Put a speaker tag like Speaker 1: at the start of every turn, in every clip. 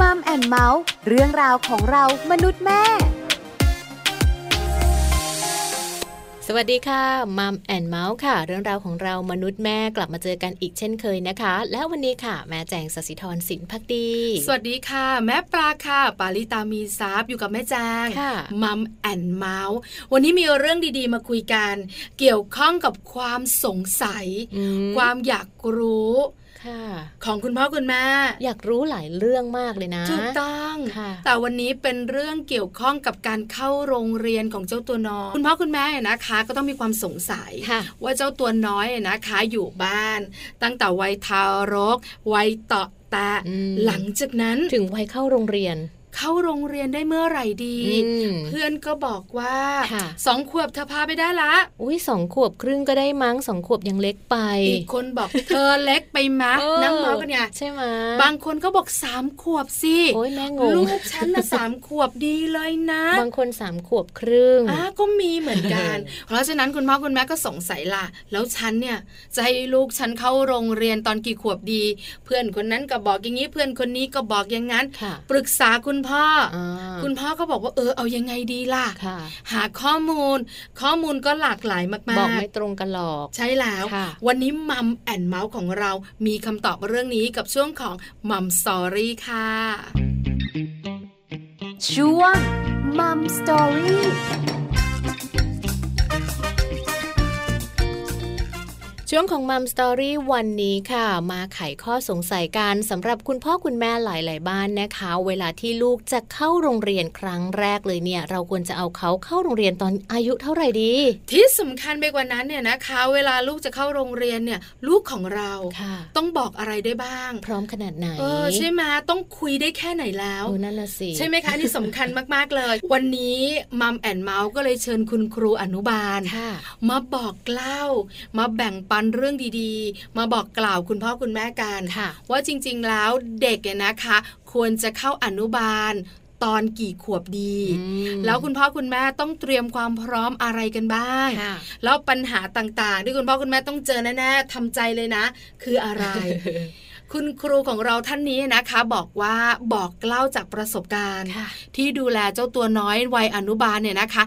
Speaker 1: มัมแอนเมาส์เรื่องราวของเรามนุษย์แม่
Speaker 2: สวัสดีค่ะมัมแอนเมาส์ค่ะ เรื่องราวของเรามนุษย์แม่กลับมาเจอกันอีกเช่นเคยนะคะ และวันนี้ค่ะ แม่แจงสศิธรสินพักดี
Speaker 3: สวัสดีค่ะ แม่ปลาค่ะ ปาลิตามีซับอยู่กับแม่แจง
Speaker 2: ค่ะ
Speaker 3: มัมแอนเมาส์วันนี้มีเรื่องดีๆ มาคุยกัน เกี่ยวข้องกับความสงสัย
Speaker 2: อืม
Speaker 3: ความอยากรู้
Speaker 2: ค่ะ
Speaker 3: ของคุณพ่อคุณแม่
Speaker 2: อยากรู้หลายเรื่องมากเลยนะ
Speaker 3: ถูกต้อง
Speaker 2: ค่ะ
Speaker 3: แต่วันนี้เป็นเรื่องเกี่ยวข้องกับการเข้าโรงเรียนของเจ้าตัวน้อยคุณพ่อคุณแม่นะคะ ก็ต้องมีความสงสัย
Speaker 2: ค่ะ
Speaker 3: ว่าเจ้าตัวน้อยนะคะอยู่บ้าน ตั้งแต่วัยทารกวัยเตาะแตะ
Speaker 2: อืม
Speaker 3: หลังจากนั้น
Speaker 2: ถึงวัยเข้าโรงเรียน
Speaker 3: เข้าโรงเรียนได้เมื่อไหร่ดี
Speaker 2: อืม
Speaker 3: เพื่อนก็บอกว่า
Speaker 2: ค่ะ
Speaker 3: สองขวบเธอพาไปได้ละ
Speaker 2: อุ้ยสองขวบครึ่งก็ได้มั้งสองขวบยังเล็กไป
Speaker 3: อีกคนบอก เธอเล็กไปมะ
Speaker 2: เออ
Speaker 3: นั่งเมาส์กันไง
Speaker 2: ใช่ไหม
Speaker 3: บางคนก็บอกสามขวบสิ
Speaker 2: โอ้ยแม่งง
Speaker 3: ลูกฉันนะสามขวบดีเลยนะ
Speaker 2: บางคนสามขวบครึ่ง
Speaker 3: อ่ะก็มีเหมือนกัน เพราะฉะนั้นคุณพ่อคุณแม่ก็สงสัยล่ะ แล้วฉันเนี่ยจะให้ลูกฉันเข้าโรงเรียนตอนกี่ขวบดี เพื่อนคนนั้นก็บอกอย่างนี้เพื่อนคนนี้ก็บอกอย่างนั้น
Speaker 2: ค่ะ
Speaker 3: ปรึกษาคุณพ่ออ
Speaker 2: อ่า
Speaker 3: คุณพ่อก็บอกว่าเออเอายังไงดีล่ะ
Speaker 2: ค่ะ
Speaker 3: หาข้อมูล ข้อมูลก็หลากหลายมาก
Speaker 2: บอก
Speaker 3: ๆ
Speaker 2: ไม่ตรงกันหรอก
Speaker 3: ใช่แล้ว
Speaker 2: ค่ะ
Speaker 3: วันนี้มัมแอนเมาส์ของเรามีคำตอบเรื่องนี้กับช่วงของมัมสอรี่ค่ะ
Speaker 1: ช่วงมัมสตอรี่
Speaker 2: ช่วงของมัมสตอรี่วันนี้ค่ะ มาไขข้อสงสัยกันสำหรับคุณพ่อคุณแม่หลาย ๆ บ้านนะคะ เวลาที่ลูกจะเข้าโรงเรียนครั้งแรกเลยเนี่ย เราควรจะเอาเขาเข้าโรงเรียนตอนอายุเท่าไหร่ดี
Speaker 3: ที่สำคัญไปกว่านั้นเนี่ยนะคะ เวลาลูกจะเข้าโรงเรียนเนี่ยลูกของเรา
Speaker 2: ค่ะ
Speaker 3: ต้องบอกอะไรได้บ้าง
Speaker 2: พร้อมขนาดไหน
Speaker 3: เออใช่ไหมต้องคุยได้แค่ไหนแล้ว
Speaker 2: โอ้นั่นน่ะสิ
Speaker 3: ใช่ไหมคะอันนี่สำคัญมากๆเลย วันนี้มัมแอนเมาส์ก็เลยเชิญคุณครูอนุบาล
Speaker 2: ค่ะ
Speaker 3: มาบอกเล่า มาแบ่งปันเรื่องดีๆ มาบอกกล่าวคุณพ่อคุณแม่กัน
Speaker 2: ค่ะ
Speaker 3: ว่าจริงๆแล้วเด็กเนี่ยนะคะ ควรจะเข้าอนุบาลตอนกี่ขวบดี
Speaker 2: อืม
Speaker 3: แล้วคุณพ่อคุณแม่ต้องเตรียมความพร้อมอะไรกันบ้าง
Speaker 2: ค่ะ
Speaker 3: แล้วปัญหาต่างๆ ที่คุณพ่อคุณแม่ต้องเจอแน่ๆทำใจเลยนะ คืออะไร คุณครูของเราท่านนี้นะคะ บอกว่าบอกเล่าจากประสบการณ์
Speaker 2: ค่ะ
Speaker 3: ที่ดูแลเจ้าตัวน้อยวัยอนุบาลเนี่ยนะคะ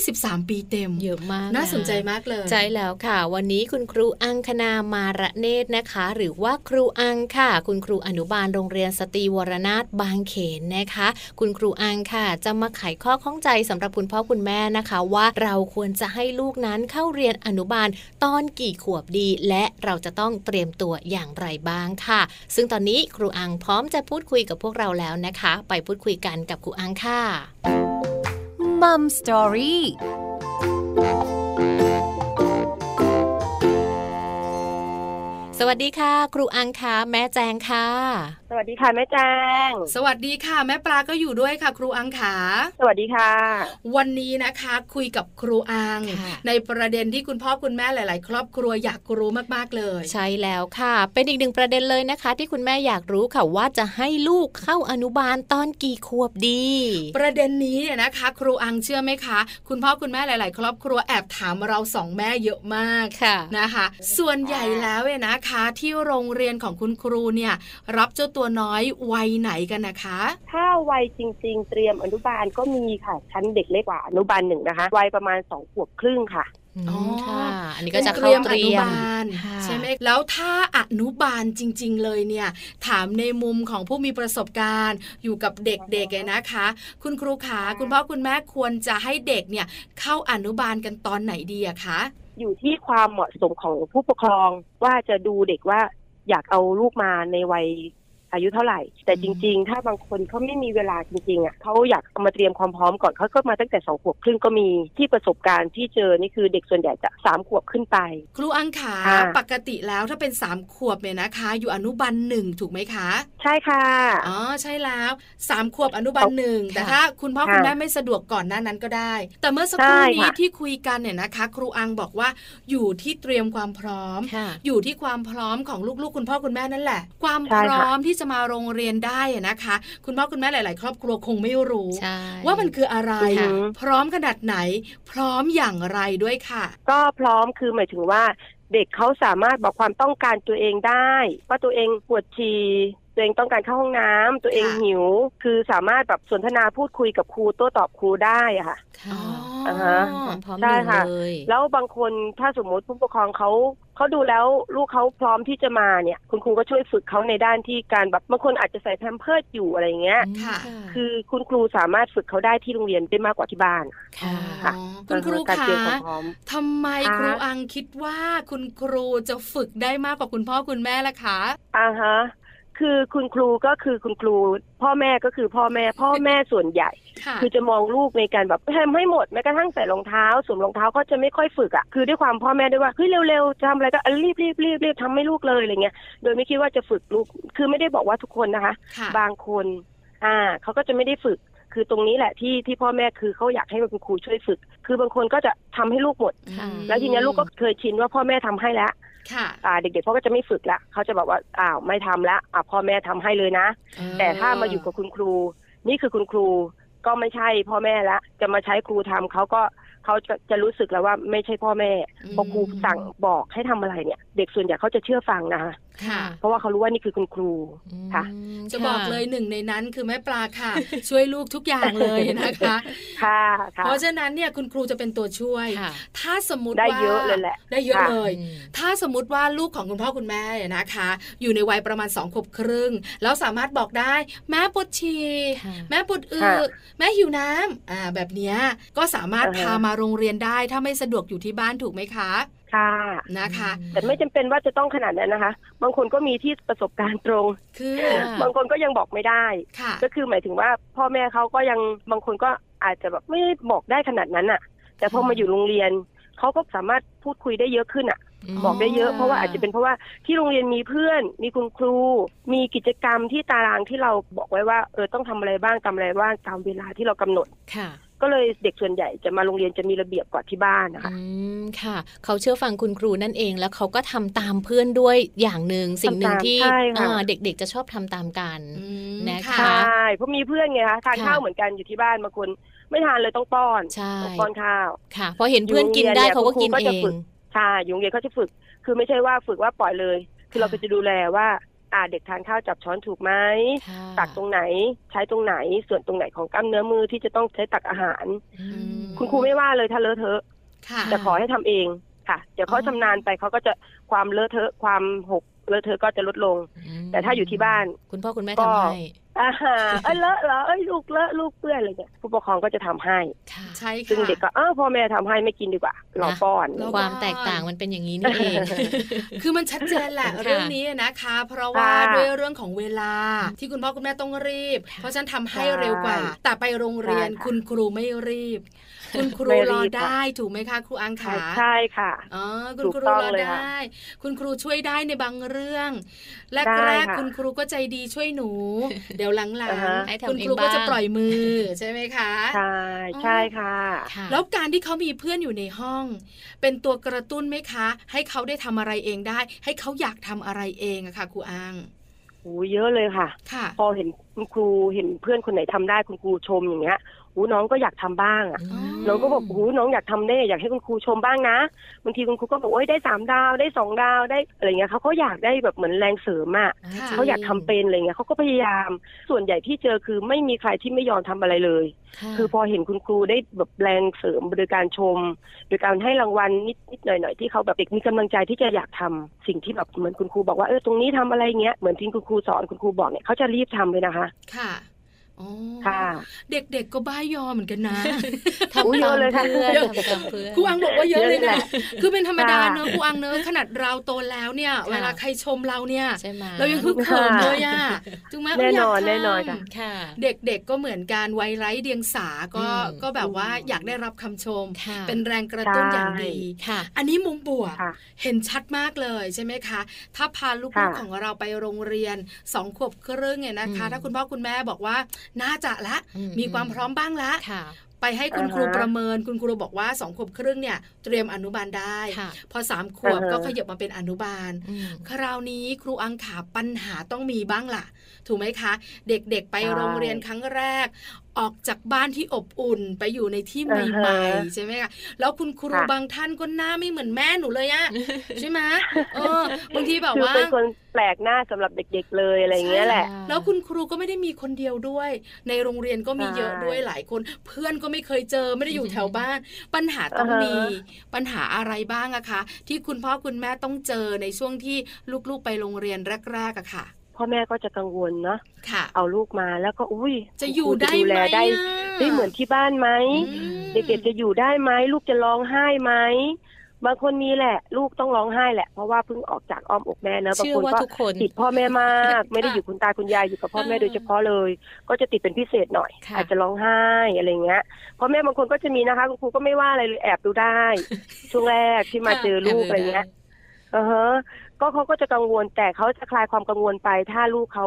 Speaker 3: 23 ปีเต็ม
Speaker 2: เยอะมาก
Speaker 3: น่าสนใจะ มากเลย
Speaker 2: ใช่แล้วค่ะ วันนี้คุณครูอังคณามาระเนตรนะคะ หรือว่าครูอังค่ะ คุณครูอนุบาลโรงเรียนสตรีวรนาถบางเขนนะคะ คุณครูอังค่ะ จะมาไขข้อข้องใจสำหรับคุณพ่อคุณแม่นะคะ ว่าเราควรจะให้ลูกนั้นเข้าเรียนอนุบาลตอนกี่ขวบดี และเราจะต้องเตรียมตัวอย่างไรบ้างค่ะ ซึ่งตอนนี้ครูอังพร้อมจะพูดคุยกับพวกเราแล้วนะคะ ไปพูดคุยกันกับครูอังค่ะ
Speaker 1: มัมสตอรี่
Speaker 2: สวัสดีค่ะ ครูอังค่ะแม่แจงค่ะ
Speaker 4: สวัสดีค่ะแม่แจ้ง
Speaker 3: สวัสดีค่ะ แม่ปลาก็อยู่ด้วยค่ะ ครูอังขา
Speaker 4: สวัสดีค่ะ
Speaker 3: วันนี้นะคะคุยกับครูอัง
Speaker 2: ค่ะ
Speaker 3: ในประเด็นที่คุณพ่อคุณแม่หลาย ๆ ครอบครัวอยากรู้มากๆเลย
Speaker 2: ใช่แล้วค่ะ เป็นอีกหนึ่งประเด็นเลยนะคะ ที่คุณแม่อยากรู้ค่ะว่าจะให้ลูกเข้าอนุบาลตอนกี่ขวบดี
Speaker 3: ประเด็นนี้เนี่ยนะคะ ครูอังเชื่อไหมคะ คุณพ่อคุณแม่หลาย ๆ ครอบครัวแอบถามเราสองแม่เยอะมาก
Speaker 2: ค่ะ
Speaker 3: นะคะ ส่วนใหญ่แล้วเนี่ยนะคะ ที่โรงเรียนของคุณครูเนี่ยรับเจ้าตัวน้อยวัยไหนกันนะคะ
Speaker 4: ถ้าวัยจริง ๆ เตรียมอนุบาลก็มีค่ะ ชั้นเด็กเล็กกว่าอนุบาลหนึ่งนะคะ วัยประมาณสองขวบครึ่งค่ะ
Speaker 3: อ๋อ
Speaker 2: ค่ะ อันนี้ก็จะ
Speaker 3: เต
Speaker 2: เข้า
Speaker 3: รียม
Speaker 2: เต
Speaker 3: อ
Speaker 2: รี
Speaker 3: นุ
Speaker 2: ยม
Speaker 3: บาล
Speaker 2: ค่ะ
Speaker 3: ใช่ไหมแล้วถ้าอนุบาลจริง ๆ เลยเนี่ย ถามในมุมของผู้มีประสบการณ์ อยู่กับเด็กๆอะนะคะ คุณครูขาคุณพ่อคุณแม่ควรจะให้เด็กเนี่ยเข้าอนุบาลกันตอนไหนดีอะคะ
Speaker 4: อยู่ที่ความเหมาะสมของผู้ปกครองว่าจะดูเด็กว่าอยากเอาลูกมาในวัยอายุเท่าไหร่ แต่จริง ๆ ถ้าบางคนเขาไม่มีเวลาจริงๆอ่ะเขาอยากเอามาเตรียมความพร้อมก่อนเขาก็มาตั้งแต่สองขวบครึ่งก็มีที่ประสบการณ์ที่เจอนี่คือเด็กส่วนใหญ่จะสามขวบขึ้นไป
Speaker 3: ครูอังขา
Speaker 4: ค่ะ
Speaker 3: ปกติแล้วถ้าเป็นสามขวบเนี่ยนะคะ อยู่อนุบาลหนึ่งถูกไหมคะ
Speaker 4: ใช่ค่ะ
Speaker 3: อ๋อใช่แล้วสามขวบอนุบาลหนึ่งแต่ถ้าคุณพ่อ
Speaker 4: ค่ะ
Speaker 3: คุณแม่ไม่สะดวกก่อนหน้านั้นก็ได้ แต่เมื่อสักครู่
Speaker 4: ใช่
Speaker 3: นี้
Speaker 4: ค่ะ
Speaker 3: ที่คุยกันเนี่ยนะคะ ครูอังบอกว่าอยู่ที่เตรียมความพร้อม
Speaker 2: ค่ะ
Speaker 3: อยู่ที่ความพร้อมของลูกๆ คุณพ่อคุณแม่นั่นแหละ ความ
Speaker 4: ใช่
Speaker 3: พ
Speaker 4: ค่ะ
Speaker 3: ร้อมที่จะมาโรงเรียนได้อะนะคะ คุณพ่อคุณแม่หลาย ๆ ครอบครัวคงไม่รู้
Speaker 2: ใช่
Speaker 3: ว่ามันคืออะไร
Speaker 2: ค่ะ
Speaker 3: พร้อมขนาดไหน พร้อมอย่างไรด้วยค่ะ
Speaker 4: ก็พร้อมคือหมายถึงว่า เด็กเขาสามารถบอกความต้องการตัวเองได้ ว่าตัวเองปวดฉี่ ตัวเองต้องการเข้าห้องน้ำตัวเอง
Speaker 3: ค่ะ
Speaker 4: หิว คือสามารถแบบสนทนาพูดคุยกับครูโต้ตอบครูได้อะค่ะ
Speaker 2: ค่ะ
Speaker 4: อ่าฮะ
Speaker 2: พร้อม
Speaker 4: ได้
Speaker 2: ดื่ม
Speaker 4: ค่ะ
Speaker 2: เลย
Speaker 4: แล้วบางคนถ้าสมมติผู้ปกครองเขาเขาดูแล้วลูกเขาพร้อมที่จะมาเนี่ย คุณครูก็ช่วยฝึกเขาในด้านที่การแบบบางคนอาจจะใส่แพมเพิร์ดอยู่อะไรอย่างเงี้ย
Speaker 2: อืม
Speaker 3: ค่ะ
Speaker 4: คือคุณครูสามารถฝึกเขาได้ที่โรงเรียนได้มากกว่าที่บ้าน
Speaker 2: ค่ะ
Speaker 3: อ๋อคุณครู
Speaker 4: การ
Speaker 3: ขา
Speaker 4: เตรียมความพร้อม
Speaker 3: ทำไม
Speaker 4: คะ
Speaker 3: ครูอังคิดว่าคุณครูจะฝึกได้มากกว่าคุณพ่อคุณแม่ล่ะคะ
Speaker 4: อ่าฮะคือคุณครูก็คือคุณครู พ่อแม่ก็คือพ่อแม่ พ่อแม่ส่วนใหญ่
Speaker 3: ค่ะ
Speaker 4: คือจะมองลูกในการแบบทำให้หมดแม้กระทั่งใส่รองเท้าสวมรองเท้าก็จะไม่ค่อยฝึกอะ่ะคือด้วยความพ่อแม่ด้วยว่าเฮ้ยเร็วๆจะทำอะไรก็รีบรีบรีบรีบทำให้ลูกเลยอะไรเงี้ยโดยไม่คิดว่าจะฝึกลูกคือไม่ได้บอกว่าทุกคนนะคะ
Speaker 3: ค่ะ
Speaker 4: บางคนอ่าเขาก็จะไม่ได้ฝึก คือตรงนี้แหละที่ที่พ่อแม่คือเขาอยากให้คุณครูช่วยฝึก คือบางคนก็จะทำให้ลูกหมด
Speaker 2: ค่ะ
Speaker 4: แล้วทีเนี้ยลูกก็เคยชินว่าพ่อแม่ทำให้แล้ว
Speaker 3: ค่ะ
Speaker 4: อ่าเด็กๆเขาก็จะไม่ฝึกละเขาจะบอกว่าอ้าวไม่ทำละอ่าพ่อแม่ทำให้เลยนะ แต่ถ้ามาอยู่กับคุณครู นี่คือคุณครูก็ไม่ใช่พ่อแม่ละ จะมาใช้ครูทำเขาก็เขาจะจะรู้สึกแล้วว่าไม่ใช่พ่อแม่
Speaker 3: อืม
Speaker 4: พอครูสั่งบอกให้ทำอะไรเนี่ย เด็กส่วนใหญ่เขาจะเชื่อฟังนะคะ
Speaker 3: ค่ะ
Speaker 4: เพราะว่าเขารู้ว่านี่คือคุณครู
Speaker 2: อืม
Speaker 4: ค่ะ
Speaker 3: จะบอกเลยหนึ่งในนั้นคือแม่ปลาค่ะ ช่วยลูกทุกอย่างเลยนะคะ
Speaker 4: ค่ะค่ะ
Speaker 3: เพราะฉะนั้นเนี่ยคุณครูจะเป็นตัวช่วย
Speaker 2: ค่ะ
Speaker 3: ถ้าสมมติ
Speaker 4: ได้
Speaker 3: ว่า
Speaker 4: เยอะเลยแหละ
Speaker 3: ได้เยอะ
Speaker 4: ค่ะ
Speaker 3: เลย
Speaker 2: อืม
Speaker 3: ถ้าสมมติว่าลูกของคุณพ่อคุณแม่เนี่ยนะคะ อยู่ในวัยประมาณสองขวบครึ่ง แล้วสามารถบอกได้ แม่ปวดฉี่
Speaker 2: ค่ะ
Speaker 3: แม่ปวดอื
Speaker 4: ค่ะ
Speaker 3: ดแม่หิวน้ำอ่าแบบเนี้ยก็สามารถ
Speaker 4: อ่าฮะ
Speaker 3: พามาโรงเรียนได้ถ้าไม่สะดวกอยู่ที่บ้านถูกไหมคะ
Speaker 4: ค่ะ
Speaker 3: นะคะ
Speaker 4: แต่ไม่จำเป็นว่าจะต้องขนาดนั้นนะคะ บางคนก็มีที่ประสบการณ์ตรง
Speaker 3: คือ
Speaker 2: ค่ะ
Speaker 4: บางคนก็ยังบอกไม่ได้
Speaker 3: ค่ะ
Speaker 4: ก็คือหมายถึงว่าพ่อแม่เขาก็ยังบางคนก็อาจจะแบบไม่ได้บอกได้ขนาดนั้นอ่ะ แต่พอมาอยู่โรงเรียนเขาก็สามารถพูดคุยได้เยอะขึ้นอ่ะ
Speaker 2: ม
Speaker 4: บอกได้เยอะ
Speaker 3: อ๋อ
Speaker 4: เพราะว่าอาจจะเป็นเพราะว่าที่โรงเรียนมีเพื่อน มีคุณครู มีกิจกรรมที่ตารางที่เราบอกไว้ว่าเออต้องทำอะไรบ้างทำอะไรบ้างตามเวลาที่เรากำหนด
Speaker 2: ค่ะ
Speaker 4: ก็เลยเด็กส่วนใหญ่จะมาโรงเรียนจะมีระเบียบกว่าที่บ้านนะคะ
Speaker 2: อืมค่ะ เขาเชื่อฟังคุณครูนั่นเอง แล้วเขาก็ทำตามเพื่อนด้วยอย่างหนึ่งสิ่งหนึ่ง
Speaker 4: ทำตาม
Speaker 2: ที่
Speaker 4: ใช่ค่ะ
Speaker 2: เอ่อเด็กๆจะชอบทำตามกัน
Speaker 3: อืม
Speaker 2: นะคะ
Speaker 4: ใช
Speaker 3: ค่ะ
Speaker 4: ่เพราะมีเพื่อนไงคะทาน
Speaker 2: ค่ะ
Speaker 4: ข้าวเหมือนกันอยู่ที่บ้านบางคนไม่ทานเลยต้องป้อน
Speaker 2: ใช่
Speaker 4: ต้องป้อนข้าว
Speaker 2: ค่ะพอเห็นเพื่อนกินได้
Speaker 4: อยู่โร
Speaker 2: เขา
Speaker 4: งเรียน
Speaker 2: ก็กินเอ
Speaker 4: เนี่ยคุณครูก็จะ
Speaker 2: ง
Speaker 4: ฝึก ใช่อยู่โรงเรียนเขาจะฝึก คือไม่ใช่ว่าฝึกว่าปล่อยเลย คือเรา
Speaker 2: ค่ะ
Speaker 4: ก็จะดูแลว่าอ่าเด็กทานข้าวจับช้อนถูกไหม
Speaker 2: ค่ะ
Speaker 4: ตักตรงไหน ใช้ตรงไหน ส่วนตรงไหนของกล้ามเนื้อมือที่จะต้องใช้ตักอาหาร
Speaker 2: อืม
Speaker 4: คุณครูไม่ว่าเลยถ้าเลอะเทอะ
Speaker 3: ค่ะ
Speaker 4: แต่ขอให้ทำเองค่ะ เดี๋ยวเขา
Speaker 2: อ๋อ
Speaker 4: ชำนาญไปเขาก็จะความเลอะเทอะความหกเลอะเทอะก็จะลดลง
Speaker 2: ม
Speaker 4: แต่ถ้าอยู่ที่บ้าน
Speaker 2: คุณพ่อคุณแม่
Speaker 4: ก็
Speaker 2: ทำให้
Speaker 4: อาหารเอ้ยเลอะเหรอเอ้ยลูกเลอะลูกเปื้อนอะไรเงี้ยผู้ปกครองก็จะทำให้
Speaker 2: ค่ะ
Speaker 3: ใช่ค่ะ
Speaker 4: ซึ่งเด็กก็เออพ่อแม่ทำให้ไม่กินดีกว่ารอป้อน
Speaker 3: แล้ว
Speaker 2: ความแตกต่างมันเป็นอย่างนี้นี่เอง
Speaker 3: คือมันชัดเจนแหละ
Speaker 2: ค่ะ
Speaker 3: เรื่องนี้นะคะ เพราะว่า
Speaker 4: ค่ะ
Speaker 3: ด้วยเรื่องของเวลาที่คุณพ่อคุณแม่ต้องรีบ
Speaker 2: ค่ะ
Speaker 3: เพราะฉะนันทำให้เร็วกว่า
Speaker 4: ใช่
Speaker 3: แต่ไปโรงเรียน
Speaker 4: ใช่ค่ะ
Speaker 3: คุณครูไม่รีบ คุณครู
Speaker 4: ไม่รีบ
Speaker 3: รอ
Speaker 4: ค่ะ
Speaker 3: ได้ถูกไหมคะครูอังขา
Speaker 4: ใช่ค่ะ
Speaker 3: อ๋อคุณ
Speaker 4: ถูก
Speaker 3: ครู
Speaker 4: ต้อง
Speaker 3: รอ
Speaker 4: เลย
Speaker 3: ได้ คุณครูช่วยได้ในบางเรื่องแ
Speaker 4: ได้
Speaker 3: รก
Speaker 4: ค่ะ
Speaker 3: ๆคุณครูก็ใจดีช่วยหนู เดี๋ยวหลั
Speaker 4: อ่าง ฮะ
Speaker 2: ให้
Speaker 3: ๆ
Speaker 2: ทำ
Speaker 3: คุณ
Speaker 2: เอง
Speaker 3: ครูก็จะ
Speaker 2: บ้าง
Speaker 3: ปล่อยมือใช่ไหมคะ
Speaker 4: ใช่ใช่ค่ะ
Speaker 2: ค่ะ
Speaker 3: แล้วการที่เขามีเพื่อนอยู่ในห้อง เป็นตัวกระตุ้นไหมคะ ให้เขาได้ทำอะไรเองได้ ให้เขาอยากทำอะไรเองอะค่ะครูอัง
Speaker 4: โหเยอะเลยค่ะ
Speaker 3: ค่ะ
Speaker 4: พอเห็นคุณครูเห็นเพื่อนคนไหนทำได้คุณครูชมอย่างเงี้ยหูน้องก็อยากทำบ้างอ่ะ
Speaker 2: อืม
Speaker 4: น้องก็บอกหูน้องอยากทำได้อยากให้คุณครูชมบ้างนะบางทีคุณครูก็บอกโอ้ยได้สามดาวได้สองดาวได้อะไรเงี้ยเขาก็อยากได้แบบเหมือนแรงเสริมอ่ะ
Speaker 2: จริง
Speaker 4: เขาอยากทำเป็นอะไรเงี้ยเขาก็พยายาม ส่วนใหญ่ที่เจอคือไม่มีใครที่ไม่ยอมทำอะไรเลย
Speaker 2: ค่ะ
Speaker 4: คือพอเห็นคุณครูได้แบบแรงเสริมโดยการชม โดยการให้รางวัลนิดนิดหน่อยหน่อยๆที่เขาแบบเด็กมีกำลังใจที่จะอยากทำสิ่งที่แบบเหมือนคุณครูบอกว่าเออตรงนี้ทำอะไรเงี้ยเหมือนที่คุณครูสอนคุณครูบอกเนี่ยเขาจะรีบทำเลยนะคะ
Speaker 3: ค่ะอ๋อ
Speaker 4: ค่ะ
Speaker 3: เด็กๆก็บ้ายอเหมือนกัน นะ
Speaker 2: ทำ
Speaker 4: อุ๊ยเย
Speaker 2: ตาม
Speaker 4: อะเลยค่ะ
Speaker 2: เพื่อนทำตามเพื่อน
Speaker 3: ครูอังบอกว่าเยอะเลย
Speaker 4: เยอะเลยแห
Speaker 3: นะ
Speaker 4: ละ
Speaker 3: คือเป็นธรรมดาเนอะ
Speaker 4: ค่ะ
Speaker 3: ครูอังเนอะขนาดเราโตแล้วเนี่ย เวลาใครชมเราเนี่ย
Speaker 2: ใช่ไหม
Speaker 3: เรายังฮึกเหิมเลยอะจึงแม้
Speaker 4: แน่นอน
Speaker 3: ยากทำ
Speaker 4: แน่นอนค่ะ
Speaker 2: ค่ะ
Speaker 3: เด็กๆก็เหมือนกันวัยไร้เดียงสาก็
Speaker 2: อืม
Speaker 3: ก็แบบว่าอยากได้รับคำชม
Speaker 2: ค่ะ
Speaker 3: เป็นแรงกระตุ้นอย่างดี
Speaker 2: ค่ะ
Speaker 3: อันนี้มุมบวก
Speaker 4: ค่ะ
Speaker 3: เห็นชัดมากเลยใช่ไหมคะ ถ้าพาลูก
Speaker 4: ค่ะ
Speaker 3: ๆของเราไปโรงเรียนสองขวบครึ่งเนี่ยนะคะ
Speaker 2: อืม
Speaker 3: ถ้าคุณพ่อคุณแม่บอกว่าน่าจะละ
Speaker 2: อื
Speaker 3: มีความพร้อมบ้างละ
Speaker 2: ค่ะ
Speaker 3: ไปให้คุณ
Speaker 4: อ่า
Speaker 3: ค
Speaker 4: ฮะ
Speaker 3: รูประเมินคุณครูบอกว่าสองขวบครึ่งเนี่ยเตรียมอนุบาลได้
Speaker 2: ค่ะ
Speaker 3: พอสามขวบ
Speaker 4: อ่าฮะ
Speaker 3: ก็ขยับมาเป็นอนุบาล
Speaker 2: อืม
Speaker 3: คราวนี้ครูอังขาปัญหาต้องมีบ้างล่ะ ถูกไหมคะ เด็กๆไป
Speaker 4: ใช่
Speaker 3: โรงเรียนครั้งแรก ออกจากบ้านที่อบอุ่นไปอยู่ในที่ใ
Speaker 4: อ่าฮะ
Speaker 3: หม่ๆใช่ไหมคะแล้วคุณครู
Speaker 4: ค่ะ
Speaker 3: บางท่านก็หน้าไม่เหมือนแม่หนูเลย อะ ใช่ไหมเออบางทีแบบ
Speaker 4: คือ
Speaker 3: ว่า
Speaker 4: เป็นคนแปลกหน้าสำหรับเด็ก ๆ เลยอะไรอย่างเงี้ยแหละ
Speaker 2: ใช่
Speaker 3: แล้วคุณครูก็ไม่ได้มีคนเดียวด้วย ในโรงเรียนก็มี
Speaker 4: ใช่
Speaker 3: เยอะด้วยหลายคน เพื่อนก็ไม่เคยเจอไม่ได้อยู่แถวบ้าน ปัญหาต้อง
Speaker 4: อ่าฮะ
Speaker 3: มี ปัญหาอะไรบ้างอะคะ ที่คุณพ่อคุณแม่ต้องเจอในช่วงที่ลูกๆไปโรงเรียนแรกๆอะค่ะ
Speaker 4: พ่อแม่ก็จะกังวลเนาะ
Speaker 3: ค่ะ
Speaker 4: เอาลูกมาแล้วก็อุ้ย
Speaker 3: จะอยู่
Speaker 4: คุณครู
Speaker 3: ได้ไห
Speaker 4: ดู
Speaker 3: ม
Speaker 4: แลได้
Speaker 3: ะ
Speaker 4: ได้เหมือนที่บ้านไหม
Speaker 3: อืม
Speaker 4: เด็กๆจะอยู่ได้ไหมลูกจะร้องไห้ไหมบางคนมีแหละ ลูกต้องร้องไห้แหละ เพราะว่าเพิ่งออกจากอ้อมอกแม่เนอะบาง
Speaker 2: เชื่อ
Speaker 4: คน
Speaker 2: ว่า
Speaker 4: ก็
Speaker 2: ทุกคน
Speaker 4: ติดพ่อแม่มาก ไม่ได้อยู่คุณตาคุณยายอยู่กับพ่อแม่
Speaker 2: อ่า
Speaker 4: โดยเฉพาะเลย ก็จะติดเป็นพิเศษหน่อย
Speaker 2: ค่ะ
Speaker 4: อาจจะร้องไห้อะไรเงี้ยพ่อแม่บางคนก็จะมีนะคะคุณครูก็ไม่ว่าอะไรเลยแอบดูได้ ช่วงแรกที่มาเจอลูกอะไรเงี้ย อือฮะก็เขาก็จะกังวลแต่เขาจะคลายความกังวลไป ถ้าลูกเขา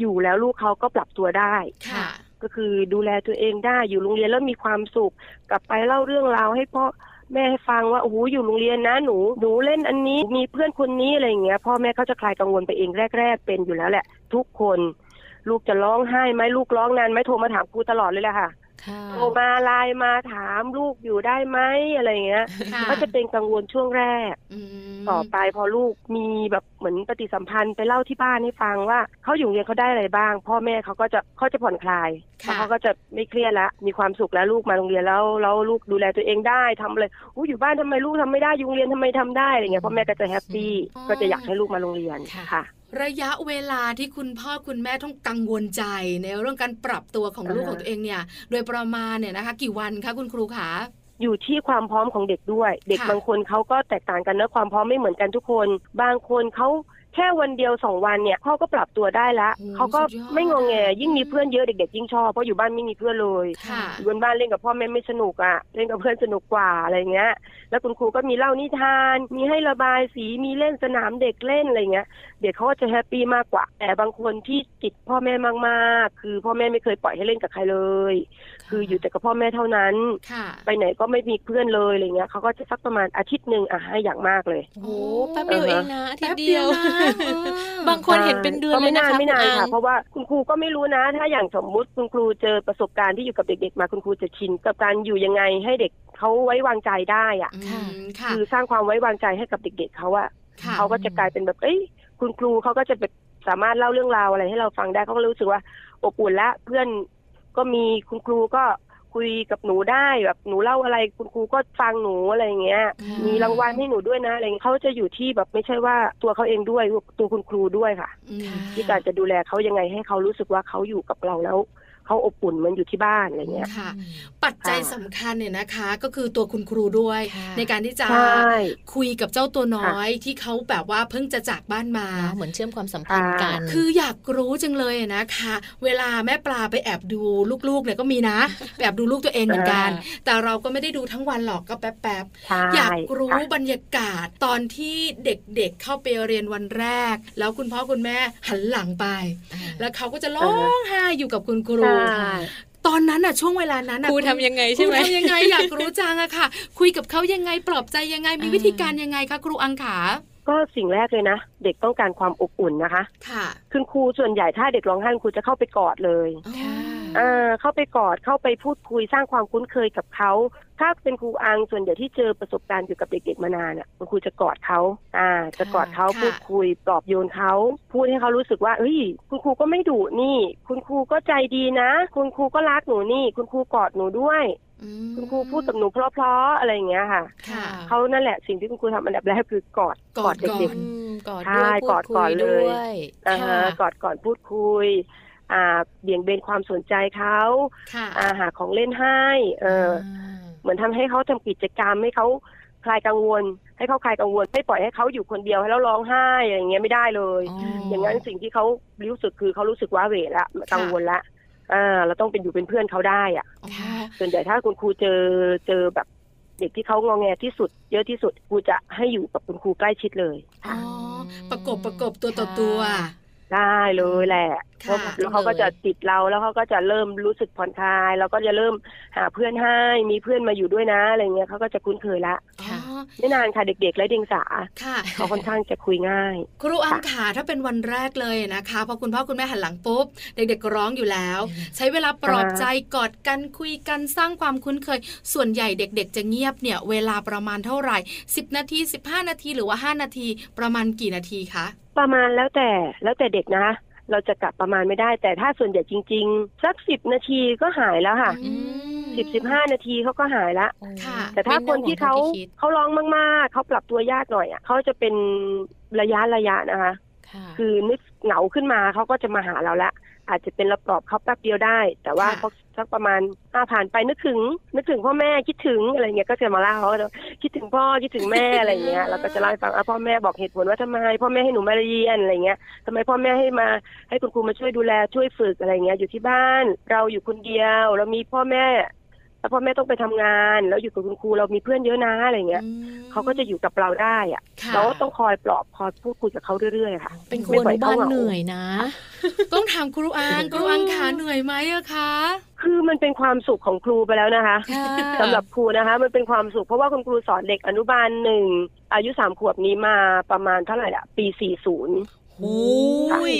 Speaker 4: อยู่แล้วลูกเขาก็ปรับตัวได้
Speaker 3: ค่ะ
Speaker 4: ก็คือดูแลตัวเองได้อยู่โรงเรียนแล้วมีความสุข กลับไปเล่าเรื่องราวให้พ่อแม่ให้ฟังว่าโอ้โหอยู่โรงเรียนนะหนูหนูเล่นอันนี้มีเพื่อนคนนี้อะไรอย่างเงี้ยพ่อแม่เขาจะคลายกังวลไปเองแรก ๆ เป็นอยู่แล้วแหละ ทุกคน ลูกจะร้องไห้ไหมลูกร้องนานไหมโทรมาถามครูตลอดเลยแหละค่ะ
Speaker 2: ค่ะ
Speaker 4: โทรมาไลน์มาถามลูกอยู่ได้ไหมอะไรอย่างเงี้ย
Speaker 3: ค่ะ
Speaker 4: ก็จะเป็นกังวลช่วงแรก
Speaker 3: ม
Speaker 4: ต่อไปพอลูกมีแบบเหมือนปฏิสัมพันธ์ไปเล่าที่บ้านให้ฟังว่าเขาอยู่โรงเรียนเขาได้อะไรบ้าง พ่อแม่เขาก็จะเขาจะผ่อนคลาย
Speaker 3: ค่ะ
Speaker 4: แล้วเขาก็จะไม่เครียดละมีความสุขแล้วลูกมาโรงเรียนแล้วแล้วลูกดูแลตัวเองได้ทำอะไรอู้อยู่บ้านทำไมลูกทำไม่ได้อยู่โรงเรียนทำไมทำได้อะไรเงี้ยพ่อแม่ก็จะแฮปปี้
Speaker 3: อ๋อ
Speaker 4: ก็จะอยากให้ลูกมาโรงเรียน
Speaker 2: ค่ะ
Speaker 4: ค่ะ
Speaker 3: ระยะเวลาที่คุณพ่อคุณแม่ต้องกังวลใจ ในเรื่องการปรับตัวของลูก
Speaker 4: อ่า
Speaker 3: ข
Speaker 4: ฮะ
Speaker 3: องตัวเองเนี่ย โดยประมาณเนี่ยนะคะ กี่วันคะคุณครูคะ
Speaker 4: อยู่ที่ความพร้อมของเด็กด้วย เด็ก
Speaker 3: ค่ะ
Speaker 4: บางคนเขาก็แตกต่างกันนะความพร้อมไม่เหมือนกันทุกคน บางคนเขาแค่วันเดียวสองวันเนี่ยเขาก็ปรับตัวได้ละ
Speaker 3: โอ้โห
Speaker 4: เขาก็
Speaker 3: สุดยอด
Speaker 4: ไม่งงแงยิ่งมีเพื่อนเยอะเด็กๆยิ่งชอบเพราะอยู่บ้านไม่มีเพื่อนเลย
Speaker 3: ค่ะ
Speaker 4: อยู่บนบ้านเล่นกับพ่อแม่ไม่สนุกอะ่ะเล่นกับเพื่อนสนุกกว่าอะไรเงี้ย แล้วคุณครูก็มีเล่านิทาน มีให้ระบายสีมีเล่นสนามเด็กเล่นอะไรเงี้ยเด็กเขาก็จะแฮปปี้มากกว่า แต่บางคนที่ติดพ่อแม่มากๆ คือพ่อแม่ไม่เคยปล่อยให้เล่นกับใครเลย คืออยู่แต่กับพ่อแม่เท่านั้น
Speaker 3: ค่ะ
Speaker 4: ไปไหนก็ไม่มีเพื่อนเลยอะไรเงี้ยเขาก็จะสักประมาณอาทิตย์หนึ่งอ่ะให้อย่างมากเลย
Speaker 2: โอ้โหแป๊บเดียว
Speaker 4: อ่า
Speaker 2: เอง
Speaker 4: ฮะ
Speaker 2: นะอาทิต
Speaker 3: แป๊บ
Speaker 2: ย์
Speaker 3: เดี
Speaker 2: เดี
Speaker 3: ย
Speaker 2: ยวว
Speaker 3: นะเออ
Speaker 2: บางคนเห็นเป็นเดือน
Speaker 4: ก็
Speaker 2: เลย
Speaker 4: ไม่
Speaker 2: นะ
Speaker 4: นาน
Speaker 2: คะ
Speaker 4: ไม่นาน
Speaker 2: คุณอั
Speaker 4: ค่ะ
Speaker 2: ง
Speaker 4: เพราะว่าคุณครูก็ไม่รู้นะ ถ้าอย่างสมมุติคุณครูเจอประสบการณ์ที่อยู่กับเด็กๆ มาคุณครูจะชินกับการอยู่ยังไงให้เด็กเขาไว้วางใจได้อะ
Speaker 3: อืม
Speaker 2: ค่ะ
Speaker 3: ค่ะ
Speaker 4: คือสร้างความไว้วางใจให้กับเด็กๆเขาอะ
Speaker 3: ค่ะ
Speaker 4: เขาก็จะกลายเป็นแบบเอ้ยคุณครูเขาก็จะแบบสามารถเล่าเรื่องราวอะไรให้เราฟังได้เขาก็รู้สึกว่าอบอุ่นละเพื่อนก็มีคุณครูก็คุยกับหนูได้แบบหนูเล่าอะไร คุณครูก็ฟังหนูอะไรอย่างเงี้ย
Speaker 2: ค่ะ
Speaker 4: มีรางวัลให้หนูด้วยนะอะไรเงี้ยเขาจะอยู่ที่แบบไม่ใช่ว่าตัวเขาเองด้วยตัวคุณครูด้วยค่ะ
Speaker 3: อืม
Speaker 2: ค่ะ
Speaker 4: ที่การจะดูแลเขายังไงให้เขารู้สึกว่าเขาอยู่กับเราแล้วเขาอบอุ่นเหมันอยู่ที่บ้านอะไรเงี้ย
Speaker 3: ค่ะ ปัจจัยสำคัญเนี่ยนะคะ ก็คือตัวคุณครูด้วย
Speaker 2: ค่ะ
Speaker 3: ในการที่จะ
Speaker 4: ใช่
Speaker 3: คุยกับเจ้าตัวน้อยที่เขาแบบว่าเพิ่งจะจากบ้านมา
Speaker 2: เนอะเหมือนเชื่อมความสัมพันธ์กัน
Speaker 3: คืออยากรู้จังเลยนะคะ เวลาแม่ปลาไปแอบดูลูกๆเนี่ยก็มี นะไปแอบดูลูกตัวเองเหมือนกัน แต่เราก็ไม่ได้ดูทั้งวันหรอกก็แป๊บ
Speaker 4: ใช่
Speaker 3: ๆอยากรู้
Speaker 4: ค่ะ
Speaker 3: บรรยากาศตอนที่เด็กๆเข้าไปเรียนวันแรก แล้วคุณพ่อคุณแม่หันหลังไป แล้วเขาก็จะร้องไห้อยู่กับคุณครู
Speaker 4: ใช่
Speaker 3: ตอนนั้นอะช่วงเวลานั้นอะ
Speaker 2: ครูทำยังไงใช่ไหม
Speaker 3: ครู ทำยังไงอยากรู้จังอะค่ะ คุยกับเขายังไงปลอบใจยังไงมี
Speaker 2: อ่า
Speaker 3: วิธีการยังไงคะครูอังขา
Speaker 4: ก็สิ่งแรกเลยนะ เด็กต้องการความอบอุ่นนะคะ
Speaker 3: ค่ะ
Speaker 4: คุณครูส่วนใหญ่ถ้าเด็กร้องไห้คุณครูจะเข้าไปกอดเลย
Speaker 2: ค่ะ
Speaker 4: เออเข้าไปกอดเข้าไปพูดคุยสร้างความคุ้นเคยกับเขา ถ้าเป็นครูอังส่วนใหญ่ที่เจอประสบการณ์เกี่ยวกับเด็ก ๆมานานอ่ะคุณครูจะกอดเขาอ่า จะกอดเขา
Speaker 3: ะ
Speaker 4: พูดคุยปลอบโยนเขาพูดให้เขารู้สึกว่าเฮ้ยคุณครูก็ไม่ดุนี่ คุณครูก็ใจดีนะ คุณครูก็รักหนูนี่ คุณครูกอดหนูด้วย
Speaker 3: อืม
Speaker 4: คุณครูพูดกับหนูเพราะๆอะไรอย่างเงี้ยค่ะ
Speaker 3: ค่ะ
Speaker 4: เขานั่นแหละสิ่งที่คุณครูทำอันดับแรกคือกอด
Speaker 3: กอดก่อน
Speaker 4: เด็ก
Speaker 2: อืมกอดด้
Speaker 4: ใช่
Speaker 2: วยพู
Speaker 4: ก
Speaker 2: ด
Speaker 4: อด
Speaker 2: คุ
Speaker 4: ก่อย นเล
Speaker 2: ด้วย ย
Speaker 4: ๆอ่าฮะ
Speaker 3: ค่ะ
Speaker 4: กอดก่อนพูดคุย อ่าเบี่ยงเบนความสนใจเขา
Speaker 3: ค่ะ
Speaker 4: อาหาของเล่นให้เอออเหมือนทำให้เขาทำกิจกรรมให้เขาคลายกังวล ให้เขาคลายกังวลไม่ปล่อยให้เขาอยู่คนเดียวให้แล้วร้องไห้อะไรอย่างเงี้ยไม่ได้เลย
Speaker 2: อ๋อ
Speaker 4: อ
Speaker 2: อ
Speaker 4: ย่างนั้นสิ่งที่เขารู้สึกคือเขารู้สึกว้าเหวละกังวลละอ่าเราต้องเป็นอยู่เป็นเพื่อนเขาได้อะ
Speaker 2: ค่ะ
Speaker 4: ส่วนใหญ่ถ้าคุณครูเจอเจอแบบเด็กที่เขางองแงที่สุด เยอะที่สุดครูจะให้อยู่กับคุณครูใกล้ชิดเลย
Speaker 3: อ๋อ ประกบประกบตัวต่อตัว
Speaker 4: ได้เลยแหละ
Speaker 2: ค่ะ
Speaker 4: แล้วเขาก็จะติดเราแล้วเขาก็จะเริ่มรู้สึกผ่อนคลายแล้วก็จะเริ่มหาเพื่อนให้มีเพื่อนมาอยู่ด้วยนะอะไรเงี้ยเขาก็จะคุ้นเคยละ
Speaker 3: อ๋อ
Speaker 2: ค่ะ
Speaker 4: ไม่นานค่ะเด็กๆ และเดียงสา
Speaker 3: ค่ะ
Speaker 4: เขาค่อนข้างจะคุยง่าย
Speaker 3: ครูอังขาถ้าเป็นวันแรกเลยนะคะพอคุณพ่อคุณแม่หันหลังปุ๊บ เด็กๆร้องอยู่แล้ว
Speaker 2: อืม
Speaker 3: ใช้เวลาปลอบใจกอดกันคุยกันสร้างความคุ้นเคย ส่วนใหญ่เด็กๆ จะเงียบเนี่ย เวลาประมาณเท่าไหร่ 10 นาที 15 นาทีหรือว่า 5 นาที ประมาณกี่นาทีคะ
Speaker 4: ประมาณแล้วแต่แล้วแต่เด็กนะคะเราจะกลับประมาณไม่ได้ แต่ถ้าส่วนใหญ่จริง ๆ สักสิบนาทีก็หายแล้วค่ะ
Speaker 2: อืม
Speaker 4: สิบสิบห้านาทีเขาก็หายละ
Speaker 2: โอ้
Speaker 3: ค่ะ
Speaker 4: แต่ถ้า
Speaker 2: ป็
Speaker 4: คน
Speaker 2: ห่วง
Speaker 4: ที่เขา
Speaker 2: ที่คิด
Speaker 4: เขาร้องมากๆเขาปรับตัวยากหน่อยอ่ะเขาจะเป็นระยะระยะนะคะ
Speaker 2: ค่ะ
Speaker 4: คือนึกเหงาขึ้นมาเขาก็จะมาหาเราละอาจจะเป็นเราปลอบเขาแป๊บเดียวได้ แต่ว่า
Speaker 3: ค่ะ
Speaker 4: พอสักประมาณอาผ่านไปนึกถึง นึกถึงพ่อแม่คิดถึงอะไรเงี้ยก็จะมาเล่าเขาว่าคิดถึงพ่อคิดถึงแม่ อะไรเงี้ยเราก็จะเล่าให้ฟังอ่ะพ่อแม่บอกเหตุผลว่าทำไมพ่อแม่ให้หนูมาเรียนอะไรเงี้ยทำไมพ่อแม่ให้มาให้คุณครูมาช่วยดูแลช่วยฝึกอะไรเงี้ยอยู่ที่บ้านเราอยู่คนเดียว เรามีพ่อแม่แล้วพ่อแม่ต้องไปทำงาน แล้วอยู่กับคุณครูเรามีเพื่อนเยอะนะอะไรเงี้ย
Speaker 3: อืม
Speaker 4: เขาก็จะอยู่กับเราได้อะ
Speaker 3: ค่ะ
Speaker 4: เราก็ต้องคอยปลอบคอยพูดคุยกับเขาเรื่อยๆค่ะ
Speaker 2: เป็นค
Speaker 4: ไม่
Speaker 2: รูอ
Speaker 4: ปล่อย
Speaker 2: นุบาล
Speaker 4: เขาเหงา
Speaker 2: เหนื่อยนะ
Speaker 3: ต้องถามครูอังครูอังขาเหนื่อยไหมอะคะ
Speaker 4: คือมันเป็นความสุขของครูไปแล้วนะคะ
Speaker 2: ค่ะ
Speaker 4: สำหรับครูนะคะ มันเป็นความสุขเพราะว่าคุณครูสอนเด็กอนุบาลหนึ่งอายุสามขวบนี้มาประมาณเท่าไหร่ละปี 40
Speaker 2: โอ้ย